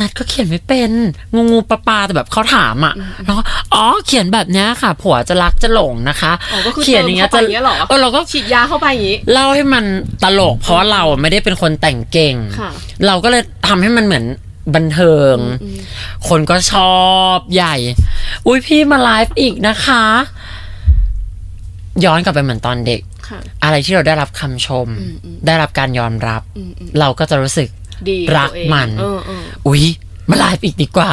Speaker 3: นัดก็เขียนไม่เป็น งูงูปลาปลาแต่แบบเขาถามอ่ะแล้วก็อ๋อเขียนแบบเนี้ยค่ะ ผัวจะรักจะหลงนะคะ
Speaker 2: อ๋อก็คือ
Speaker 3: เขีนอย่างเงี้ย
Speaker 2: เติมเข้าไปอย่างเงี้ยเหรอ
Speaker 3: เออเราก็
Speaker 2: ฉีดยาเข้าไปอย่างงี้
Speaker 3: เล่าให้มันตลก เพราะว่าเราไม่ได้เป็นคนแต่งเก่ง
Speaker 2: ค่ะ
Speaker 3: เราก็เลยทำให้มันเหมือนบันเทิง คนก็ชอบใหญ่ อุ้ยพี่มาไลฟ์อีกนะคะ ย้อนกลับไปเหมือนตอนเด็ก
Speaker 2: ค่ะ
Speaker 3: อะไรที่เราได้รับคำชม ได้รับการยอมรับ เราก็จะรู้สึก
Speaker 2: ดีกับ
Speaker 3: รัก
Speaker 2: ตัวเอง
Speaker 3: มัน
Speaker 2: เออเออ
Speaker 3: อุ๊ยมาไลฟ์อีกดีกว่า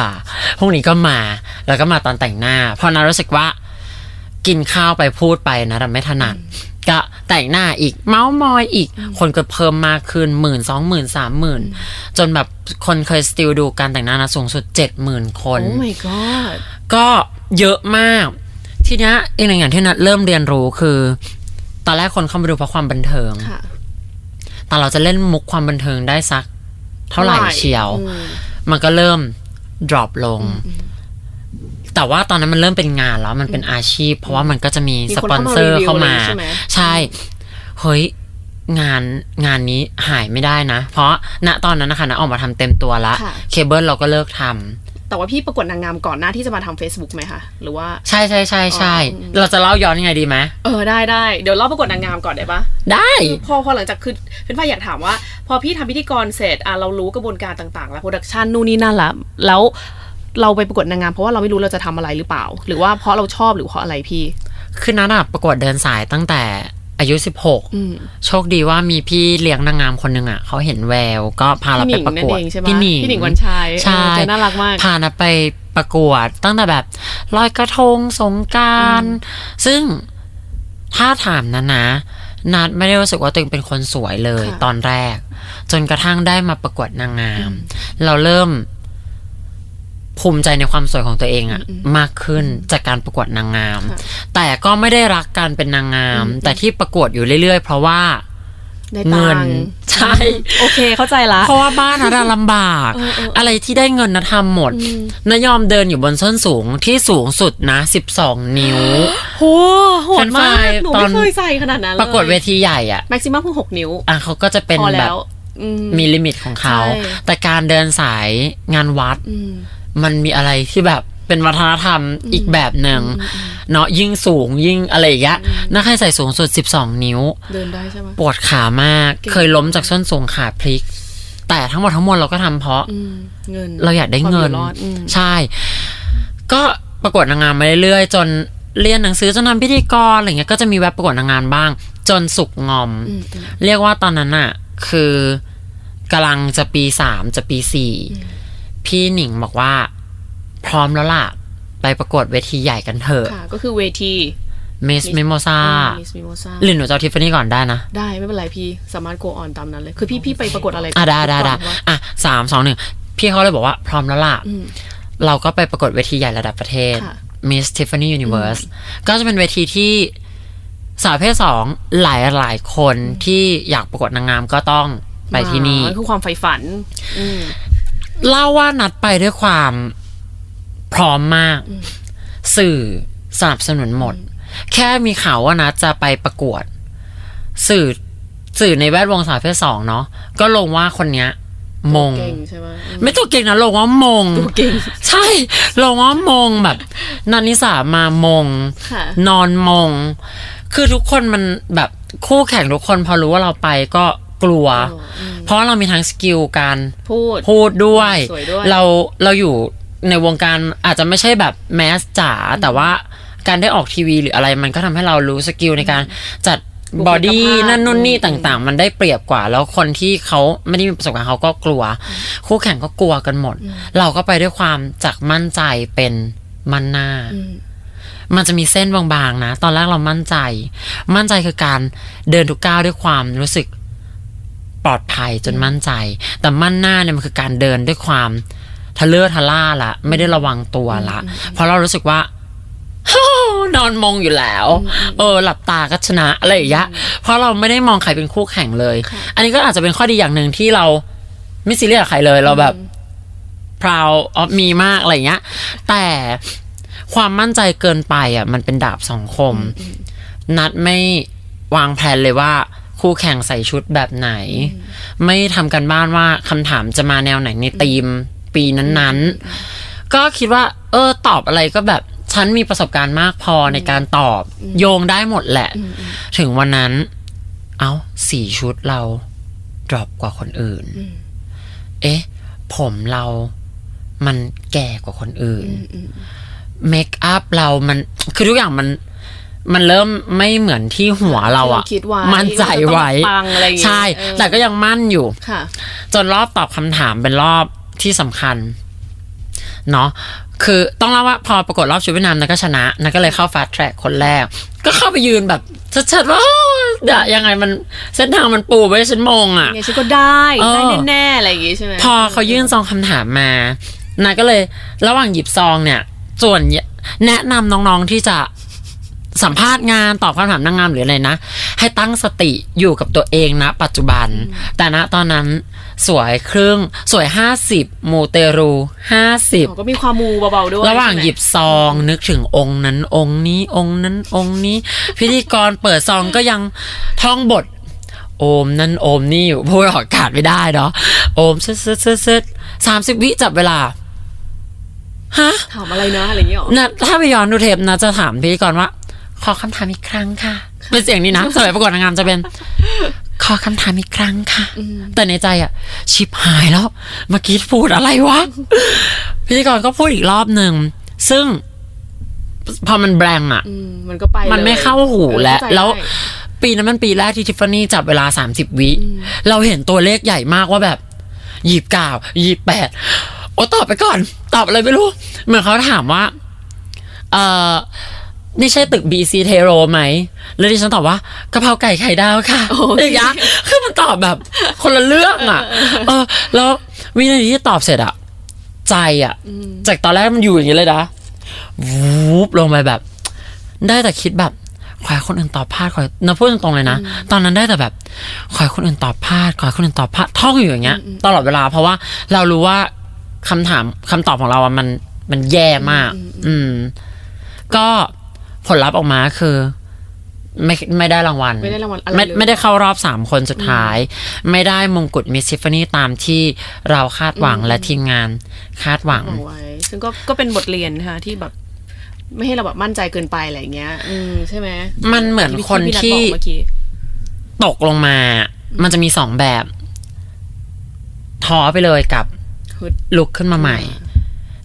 Speaker 3: พรุ่งนี้ก็มา แล้วก็มาตอนแต่งหน้า เพราะนารู้สึกว่า กินข้าวไปพูดไปนะเราไม่ถนัดก็แต่งหน้าอีก เมาส์มอยอีก คนก็เพิ่มมากขึ้นหมื่นสองหมื่นสามหมื่นจนแบบคนเคยสติลดูการแต่งหน้านะสูงสุดเจ็ดหมื่นคน
Speaker 2: โอ้ my god
Speaker 3: ก็เยอะมาก ทีเนี้ยอีกหนึ่งอย่างที่นัดเริ่มเรียนรู้คือ ตอนแรกคนเข้ามาดูเพราะความบันเทิง
Speaker 2: ค่ะ
Speaker 3: แต่เราจะเล่นมุกความบันเทิงได้สัก เท่าไหร่
Speaker 2: เท่าไหร่
Speaker 3: เชียว
Speaker 2: อืม
Speaker 3: มันก็เริ่ม drop ลง แต่ว่าตอนนั้นมันเริ่มเป็นงานแล้ว มันเป็นอาชีพ เพราะว่ามันก็จะมี
Speaker 2: มี
Speaker 3: ส
Speaker 2: คน
Speaker 3: ปอนเซอร์เข้า
Speaker 2: เข้ามา
Speaker 3: มา
Speaker 2: รีวิวอะไรใช่ไหม
Speaker 3: ใช่ เฮ้ย งานงานนี้หายไม่ได้นะ เพราะณตอนนั้นนะคะนะออกมาทำเต็มตัวละ
Speaker 2: ค่ะ
Speaker 3: เคเบิลเราก็เลิกทำ
Speaker 2: แต่ว่าพี่ประกวดนางงามก่อนหน้าที่จะมาทำ Facebook ไหมคะหรือว่า
Speaker 3: ใช่ใช่ใช่ใช่ เราจะเล่าย้อนยังไงดีไหม
Speaker 2: เออได้ได้เดี๋ยวเล่าประกวดนางงามก่อนได้ปะ
Speaker 3: ได้
Speaker 2: คือพอพอหลังจากคือเป็นฝ่ายอยากถามว่า พอพี่ทำพิธีกรเสร็จอ่ะเรารู้กระบวนการต่างๆ แล้วโปรดักชันนู่นนี่นั่นละแล้วเราไปประกวดนางงามเพราะว่าเราไม่รู้เราจะทำอะไรหรือเปล่า หรือว่าเพราะเราชอบหรือเพราะอะไรพี่
Speaker 3: คือนัดอะประกวดเดินสายตั้งแต่อายุ 16 โชคดีว่ามีพี่เลี้ยงนางงามคนหนึ่งอะเขาเห็นแวว ก็พาเรา
Speaker 2: พี่ห
Speaker 3: ไป
Speaker 2: นิงนั่
Speaker 3: ประกวด
Speaker 2: นเองใช่ปะ
Speaker 3: หนิง
Speaker 2: พี่หนิงวันชัย
Speaker 3: ใช่
Speaker 2: เออแกน่ารักมาก
Speaker 3: พานัดไปประกวดตั้งแต่แบบลอยกระทงสงกรารซึ่งถ้าถามนะนะ นัดไม่ได้รู้สึกว่าตัวเองเป็นคนสวยเลยตอนแรก จนกระทั่งได้มาประกวดนางงาม เราเริ่ม ภูมิใจในความสวยของตัวเองอะมากขึ้นจากการประกวดนางงาม แต่ก็ไม่ได้รักการเป็นนางงาม แต่ที่ประกวดอยู่เรื่อยๆ เพราะว่า
Speaker 2: ใน
Speaker 3: เงิ
Speaker 2: ตัง
Speaker 3: น
Speaker 2: ค์
Speaker 3: ใช่
Speaker 5: โอเคเข้าใจละ
Speaker 3: เพราะว่าบ้านนะลำบาก อะไรที่ได้เงินนะทำหมดนะยอมเดินอยู่บนส้นสูงที่สูงสุดนะ12
Speaker 2: [GASPS]
Speaker 3: นิ้ว
Speaker 2: โหโหดมาก หนู
Speaker 3: ตอน
Speaker 2: ไม่เคยใส่ขนาดนั้นเลย
Speaker 3: ประกวดเวทีใหญ่อะ
Speaker 2: แม็กซิมัมคือหกนิ้ว
Speaker 3: อ่ะเขาก็จะเป็น
Speaker 2: พอ
Speaker 3: แบ
Speaker 2: แล้
Speaker 3: บ
Speaker 2: วอืม
Speaker 3: มีลิมิตของเขา
Speaker 2: ใช่
Speaker 3: แต่การเดินสายงานวัด
Speaker 2: อืม
Speaker 3: มันมีอะไรที่แบบเป็นวัฒนธรรมอีกแบบหนึ่งเนาะยิ่งสูงยิ่งอะไรอย่างเงี้ยนักให้ใส่สูงสุด 12 นิ้ว
Speaker 2: เดินได้ใช่ไหม
Speaker 3: ปวดขามาก
Speaker 2: เก่ง
Speaker 3: เคยล้มจากส้นสูงขาพลิก แต่ทั้งหมดทั้งมวลเราก็ทำเพราะ
Speaker 2: อืมเงิน
Speaker 3: เราอยากได้เงิน
Speaker 2: ควมอยู่รอดอืม
Speaker 3: ใช่ ก็ประกวดนางงามมาเรื่อยๆ จนเรียนหนังสือจนทำพิธีกรอะไรเงี้ยก็จะมีแวบประกวดนางงามบ้าง จนสุกงอม เรียกว่าตอนนั้นอะคือกำลังจะปีสามจะปีสี่พี่หนิงบอกว่า พร้อมแล้วล่ะ ไปประกวดเวทีใหญ่กันเถอะ
Speaker 2: ค่ะ ก็คือเวที
Speaker 3: มิสมิโมซา
Speaker 2: มิสมิโมซา
Speaker 3: หรือหนูจะเอาทิฟฟานี่ก่อนได้นะ
Speaker 2: ได้ไม่เป็นไรพี่สามารถ go on ตามนั้นเลย คือพี่พี่ไปประกวดอะไร
Speaker 3: อ่ะได้ได้
Speaker 2: ก่
Speaker 3: ได้
Speaker 2: นวะ
Speaker 3: อ่ะสามสองหนึ่งพี่เขาเลยบอกว่าพร้อมแล้วล่ะ เราก็ไปประกวดเวทีใหญ่ระดับประเทศ
Speaker 2: ค่ะ
Speaker 3: Miss Tiffany Universe ก็จะเป็นเวทีที่สาวประเพศสองหลายหลายคนที่อยากประกวดนางงามก็ต้องไปที่นี่
Speaker 2: อ๋อคือความใฝ่ฝัน
Speaker 3: เล่าว่านัดไปด้วยความพร้อมมาก สื่อสนับสนุนหมด แค่มีข่าวว่านัดจะไปประกวด สื่อสื่อในแวดวงสาวประเพศสองเนาะก็ลงว่าคนเนี้ย มง
Speaker 2: เก่งใช่ไหม
Speaker 3: ไม่ตัวเก่งนะลงว่ามง
Speaker 2: เก่ง
Speaker 3: ใช่ลงว่ามงแบบนันนิสามามง
Speaker 2: ค่ะ
Speaker 3: นอนมง คือทุกคนมันแบบคู่แข่งทุกคนพอรู้ว่าเราไปก็กลัว เพราะเรามีทั้งสกิลการ
Speaker 2: พูด
Speaker 3: พูดด้วย
Speaker 2: สวยด้วย
Speaker 3: เราเราอยู่ในวงการอาจจะไม่ใช่แบบแมสจ๋าแต่ว่าการได้ออกทีวีหรืออะไรมันก็ทำให้เรารู้สกิลในการจัดบอดี้
Speaker 2: บุคลิกภาพ
Speaker 3: นั่นนู่นนี่ต่างๆ มันได้เปรียบกว่า แล้วคนที่เขาไม่ได้มีประสบการณ์เขาก็กลัว คู่แข่งก็กลัวกันหมด เราก็ไปด้วยความจากมั่นใจเป็นมั่นหน้า มันจะมีเส้นบางๆนะ ตอนแรกเรามั่นใจ มั่นใจคือการเดินทุกก้าวด้วยความรู้สึกปลอดภัยจนมั่นใจ แต่มั่นหน้าเนี่ยมันคือการเดินด้วยความทะเลอะทะล่าละไม่ได้ระวังตัวละ เพราะเรารู้สึกว่า นอนมองอยู่แล้ว เออ หลับตาก็ชนะอะไรอย่างเงี้ยเพราะเราไม่ได้มองใครเป็นคู่แข่งเลย อันนี้ก็อาจจะเป็นข้อดีอย่างหนึ่งที่เราไม่ซีเรียสกับใครเลยเราแบบ proud of me มากอะไรอย่างเงี้ย แต่ความมั่นใจเกินไปอ่ะ มันเป็นดาบสองคม นัดไม่วางแผนเลยว่า คู่แข่งใส่ชุดแบบไหน ไม่ทำกันบ้านว่าคำถามจะมาแนวไหนในธีมปีนั้นๆ ก็คิดว่า เออ ตอบอะไรก็แบบฉันมีประสบการณ์มากพอในการตอบ โยงได้หมดแหละ ถึงวันนั้น เอ้าสี่ชุดเรา ดรอปกว่าคนอื่น เอ๊ะ ผมเรา มันแก่กว่าคนอื่น เมคอัพเรามัน คือทุกอย่างมัน มันเริ่มไม่เหมือนที่หัวเราอะ
Speaker 2: ที่เราคิดไว้
Speaker 3: มั่นใจไว้
Speaker 2: ว่าจะต้องปังอะไรอย่างงี้
Speaker 3: ใช่
Speaker 2: เออ
Speaker 3: แต่ก็ยังมั่นอยู่
Speaker 2: ค่ะ
Speaker 3: จนรอบตอบคำถามเป็นรอบที่สำคัญ เนาะคือต้องเล่าว่าพอประกวดรอบชุดว่ายน้ำนักก็ชนะนักก็เลยเข้าฟาสแทร็กคนแรก ก็เข้าไปยืนแบบชัดๆว่าอ้าวเดี๋ยวยังไงมันเส้นทางมันปูไว้ให้ฉันมองอะ
Speaker 2: ไงฉันก็ได้
Speaker 3: เออ
Speaker 2: ได้แน่ๆอะไรอย่างงี้ใช่ไหม
Speaker 3: พอเขายื่นซองคำถามมา นายก็เลยระหว่างหยิบซองเนี่ย ส่วนแนะนำน้องๆที่จะสัมภาษณ์งานตอบคำถามนางงามหรืออะไรนะ ให้ตั้งสติอยู่กับตัวเองนะ ปัจจุบัน แต่ณตอนนั้นสวยครึ่งสวยห้าสิบมูเตรูห้าสิบ
Speaker 2: อ๋อก็มีความมูเบาๆด้วย
Speaker 3: ระหว่าง
Speaker 2: ใช่ไม
Speaker 3: หยิบซองนึกถึงองค์นั้นองค์นี้องค์นั้นองค์นี้
Speaker 2: [LAUGHS]
Speaker 3: พิธีกรเปิดซองก็ยังท่องบท โอมนั่นโอมนี่ [LAUGHS] อยู่พูดออกอากาศไม่ได้เนาะโอมซึดซึดซึดซึดสามสิบวิจับเวลาฮะ
Speaker 2: ถามอะไรนะอะไรอย่างเงี้ยหรอ
Speaker 3: นะถ้าไปย้อนดูเทปนะจะถามพิธีกรว่า ขอคำถามอีกครั้งค่ะ เป็นเสียง [LAUGHS] นี้นะสมัยประกวดนางงามจะเป็น ขอคำถามอีกครั้งค่ะ แต่ในใจอะชิบหายแล้วเมื่อกี้พูดอะไรว [LAUGHS] ะ พิธีกรก็พูดอีกรอบหนึ่ง ซึ่งพอมันแบงก์อะ
Speaker 2: อืมมันก็ไป
Speaker 3: มันไม่
Speaker 2: ลย
Speaker 3: เข้าหูแล้ว
Speaker 2: เออเข้าใจ
Speaker 3: แล้ว
Speaker 2: ได้
Speaker 3: ปีนั้นมันปีแรกที่ทิฟฟานี่จับเวลา 30 วิ เราเห็นตัวเลขใหญ่มากว่าแบบยี่สิบเก้ายี่แปดโอ้ตอบไปก่อน ตอบอะไรไม่รู้ เหมือนเขาถามว่า เออนี่ใช่ตึก BC เทโรไหม แล้วดิฉันตอบว่ากะเพราไก่ไข่ดาวค่ะอย่างเงี้ยคือมันตอบแบบ คนละเรื่องอ่ะ เออ แล้ววินาทีที่ตอบเสร็จอะใจอะจากตอนแรกมันอยู่อย่างนี้เลยนะวูบลงไปแบบ ได้แต่คิดแบบขอให้คนอื่นตอบพลาดขอให้นะพูดตรงๆเลยนะ ตอนนั้นได้แต่แบบขอให้คนอื่นตอบพลาดขอให้คนอื่นตอบพลาดท่องอยู่อย่างเงี้ย ตลอดเวลา เพราะว่าเรารู้ว่าคำถามคำตอบของเราอะมันมันแย่มาก อืม ก็ผลลัพธ์ออกมาคือ ไม่ไม่ได้รางวัล
Speaker 2: ไม่ได้รางวัลอะไร
Speaker 3: ไม่
Speaker 2: เลย
Speaker 3: ไม่ได้เข้ารอบสามคนสุดท้าย ไม่ได้มงกุฎมิสซิฟานี่ตามที่เราคาดหวังและทีมงานคาดหวัง
Speaker 2: เอาไว้ ซึ่งก็ก็เป็นบทเรียนนะคะที่แบบ ไม่ให้เราแบบมั่นใจเกินไปอะไรอย่างเงี้ย อืมใช่ไหม
Speaker 3: มันเหมือนคน
Speaker 2: พี่นัท
Speaker 3: ที่
Speaker 2: บอกเมื่อกี้
Speaker 3: ตกลงมา มันจะมีสองแบบ ท้อไปเลยกับ
Speaker 2: ฮึด
Speaker 3: ลุกขึ้นมาใหม่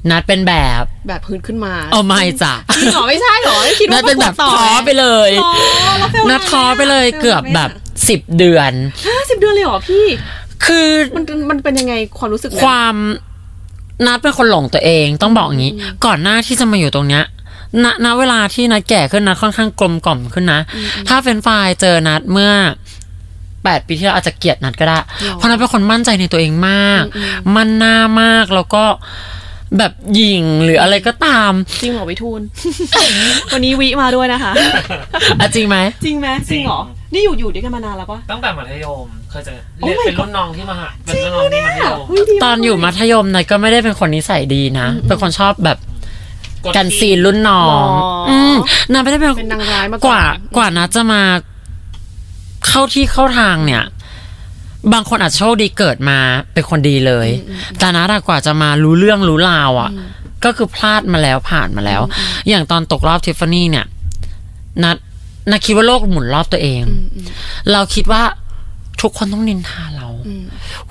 Speaker 3: นัดเป็นแบบ
Speaker 2: แบบพื้นขึ้นมา
Speaker 3: เออไม่ [LAUGHS] จ้ะ
Speaker 2: จริงเหรอไม่ใช่เหรอคิด
Speaker 3: นั
Speaker 2: ว่า
Speaker 3: ดเป็นแบบ
Speaker 2: ต่อ
Speaker 3: ท้อไปเลยนัดท้อไปเลยเกือบแบบสิบเดือน
Speaker 2: ห้าสิบเดือนเลยเหรอพี่
Speaker 3: คือ
Speaker 2: มันมันเป็นยังไงความรู้สึกนั้น
Speaker 3: ความนัดเป็นคนหลงตัวเองต้องบอกอย่างนี้ ก่อนหน้าที่จะมาอยู่ตรงเนี้ยณณเวลาที่นัดแก่ขึ้นนัดค่อนข้างกลมกล่อมขึ้นนะ ถ้าเฟรนไฟล์เจอนัดเมื่อ แปดปีที่เราอาจจะเกลียดนัดก็ได้ เพราะนัดเป็นคนมั่นใจในตัวเองมาก มั่นหน้ามากแล้วก็แบบหยิ่งหรืออะไรก็ตาม
Speaker 2: จริงเหรอวิทูล [LAUGHS]
Speaker 5: วันนี้วิมาด้วยนะคะ
Speaker 3: อะจริงไหม
Speaker 5: จริงไหมจริงเหรอ นี่อยู่อยู่ด้วยกันมานานแล้วปะ
Speaker 6: ตั้งแต่มัธยม เคยเจอเรียนเป็นรุ่นน้องที่มหาเป็นรุ่นน้องที่มหาลัย
Speaker 2: อุ๊ยดี
Speaker 3: ตอนอยู่มัธยมนายก็ไม่ได้เป็นคนนิสัยดีนะ เป็นคนชอบแบบกันซีนรุ่นน้อง
Speaker 5: หรออื
Speaker 3: มนายไม่ได้เป็น
Speaker 2: เป็นนางร้ายมาอน
Speaker 3: กว่ากว่านะจะมาเข้าที่เข้าทางเนี่ย บางคนอาจจะโชคดีเกิดมาเป็นคนดีเลย แต่นะอะกว่าจะมารู้เรื่องรู้ราวอะ่ะ ก็คือพลาดมาแล้วผ่านมาแล้ว อย่างตอนตกรอบทิฟฟานี่เนี่ย นัดนัดคิดว่าโลกหมุนรอบตัวเอง เราคิดว่าทุกคนต้องนินทาเรา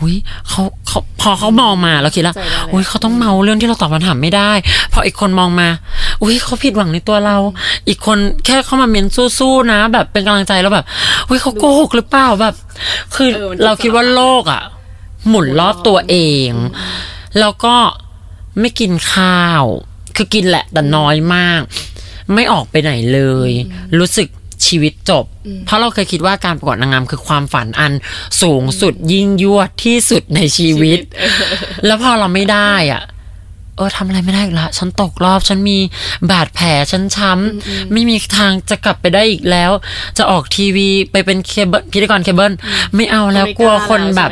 Speaker 3: อุ้ยเขาเขาพอเขามองมาเราคิดแล้วอุ้ยเขาต้องเมาเรื่องที่เราตอบคำถามไม่ได้ พออีกคนมองมา อุ้ยเขาผิดหวังในตัวเรา อีกคนแค่เข้ามาเมนสู้ๆนะ แบบเป็นกำลังใจแล้วแบบ อุ้ยเขาโกหกหรือเปล่าแบบ คือเราคิดว่าโลกอ่ะ หมุนรอบตัวเอง แล้วก็ไม่กินข้าว คือกินแหละแต่น้อยมาก ไม่ออกไปไหนเลย รู้สึกชีวิตจบ เพราะเราเคยคิดว่าการประกวดนางงามคือความฝันอันสูงสุดยิ่งยวดที่สุดในชีวิต แล้วพอเราไม่ได้อ่ะ เออทำอะไรไม่ได้อีกละ ฉันตกรอบ ฉันมีบาดแผล ฉันช้ำ ไม่มีทางจะกลับไปได้อีกแล้ว จะออกทีวีไปเป็นเคเบิลพิธีกรเคเบิลไม่เอาแล้วกลัวคนแบบ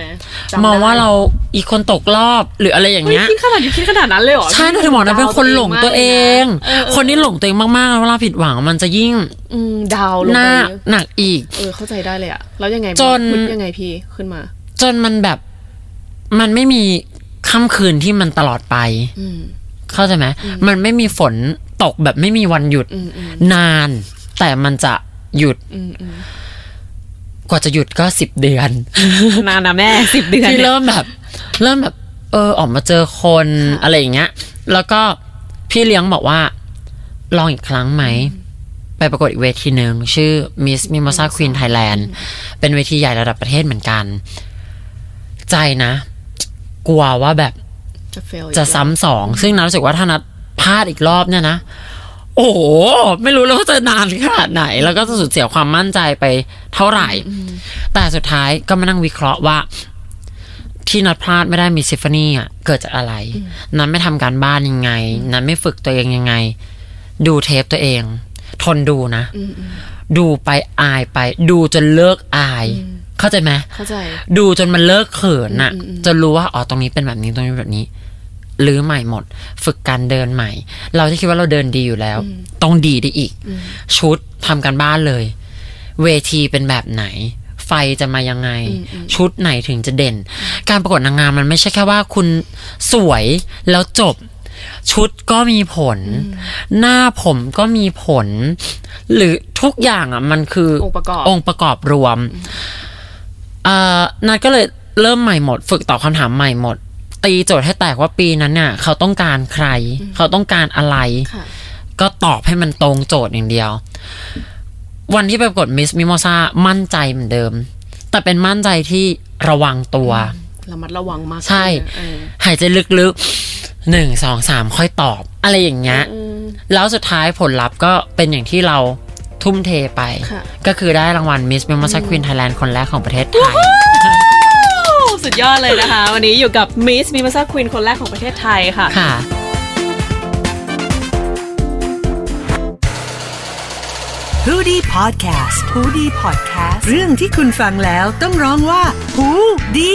Speaker 3: มองว่าเราอีกคนตกรอบหรืออะไรอย่างเงี้ย
Speaker 2: คิดขนาดนี้คิดขนาดนั้นเลยเหรอ
Speaker 3: ใช่นะถึงบอกนะเป็นคนหลงตัวเอง คนที่หลงตัวเองมากๆแล้วเวลาผิดหวังมันจะยิ่ง
Speaker 2: อืมดาวลง
Speaker 3: ห
Speaker 2: ไป
Speaker 3: น้าหนักอีก
Speaker 2: เออเข้าใจได้เลยอะแล้วยังไง
Speaker 3: จน
Speaker 2: มันยังไงพี่ขึ้นมา
Speaker 3: จนมันแบบมันไม่มีค่ำคืนที่มันตลอดไป
Speaker 2: อืม
Speaker 3: เข้าใจไหมมันไม่มีฝนตกแบบไม่มีวันหยุด
Speaker 2: อืมอืม
Speaker 3: นาน แต่มันจะหยุด
Speaker 2: อืมอืม
Speaker 3: กว่าจะหยุดก็สิบเดือน
Speaker 5: นานนะแม่สิบเดือน
Speaker 3: ที่
Speaker 5: เนี่ย
Speaker 3: เริ่มแบบ เริ่มแบบ เออออกมาเจอคนอะไรอย่างเงี้ย แล้วก็พี่เลี้ยงบอกว่า ลองอีกครั้งไหม ไปประกวดอีกเวทีหนึ่งชื่อ Miss Mimosa Queen Thailand เป็นเวทีใหญ่ระดับประเทศเหมือนกัน ใจนะ กลัวว่าแบบ
Speaker 2: จะเฟล
Speaker 3: จะซ้ำสอง ซึ่งนัทรู้สึกว่าถ้านัดพลาดอีกรอบเนี่ยนะ โอ้โห ไม่รู้เลยว่าจะนานขนาดไหน แล้วก็จะสูญเสียความมั่นใจไปเท่าไหร่ แต่สุดท้ายก็มานั่งวิเคราะห์ว่า ที่นัดพลาดไม่ได้มีซิฟานี่อ่ะ เกิดจากอะไร นัทไม่ทำการบ้านยังไง นัทไม่ฝึกตัวเองยังไง ดูเทปตัวเอง ทนดูนะ ดูไปอายไป ดูจนเลิกอาย เข้าใจไหม
Speaker 2: เข้าใจ
Speaker 3: ดูจนมันเลิกเขินน่ะจนรู้ว่าอ๋อตรงนี้เป็นแบบนี้ตรงนี้เป็นแบบนี้หรือใหม่หมด ฝึกการเดินใหม่ เราที่คิดว่าเราเดินดีอยู่แล้ว ต้องดีได้อีก ชุดทำการบ้านเลย เวทีเป็นแบบไหน ไฟจะมายังไง ชุดไหนถึงจะเด่น การประกวดนางงามมันไม่ใช่แค่ว่าคุณสวยแล้วจบ ชุดก็มีผล หน้าผมก็มีผล หรือทุกอย่างอ่ะมันคือ
Speaker 2: องค์ประกอบ
Speaker 3: องค์ประกอบรวม เอ่อนัดก็เลยเริ่มใหม่หมด ฝึกตอบคำถามใหม่หมด ตีโจทย์ให้แตกว่าปีนั้นเนี่ยเขาต้องการใคร เขาต้องการอะไร
Speaker 2: ค่ะ
Speaker 3: ก็ตอบให้มันตรงโจทย์อย่างเดียว วันที่ไปปรากฏมิสมิโมซามั่นใจเหมือนเดิม แต่เป็นมั่นใจที่ระวังตัว
Speaker 2: ระมัดระวังมาก
Speaker 3: ใช่
Speaker 2: ขึ้นเออ
Speaker 3: หายใจลึกๆหนึ่งสองสามค่อยตอบ อะไรอย่างเงี้ย
Speaker 2: อืม
Speaker 3: แล้วสุดท้ายผลลัพธ์ก็เป็นอย่างที่เราทุ่มเทไป
Speaker 2: ค่ะ
Speaker 3: ก็คือได้รางวัล Miss Mimosa Queen Thailand คนแรกของประเทศไทย
Speaker 5: สุดยอดเลยนะคะ วันนี้อยู่กับมิสมิมาซาควีนคนแรกของประเทศไทยค่ะ
Speaker 3: ค่ะ
Speaker 7: h o ดี้พอดแคสต์ฮูดี้พอดแคสต์เรื่องที่คุณฟังแล้วต้องร้องว่าฮูดี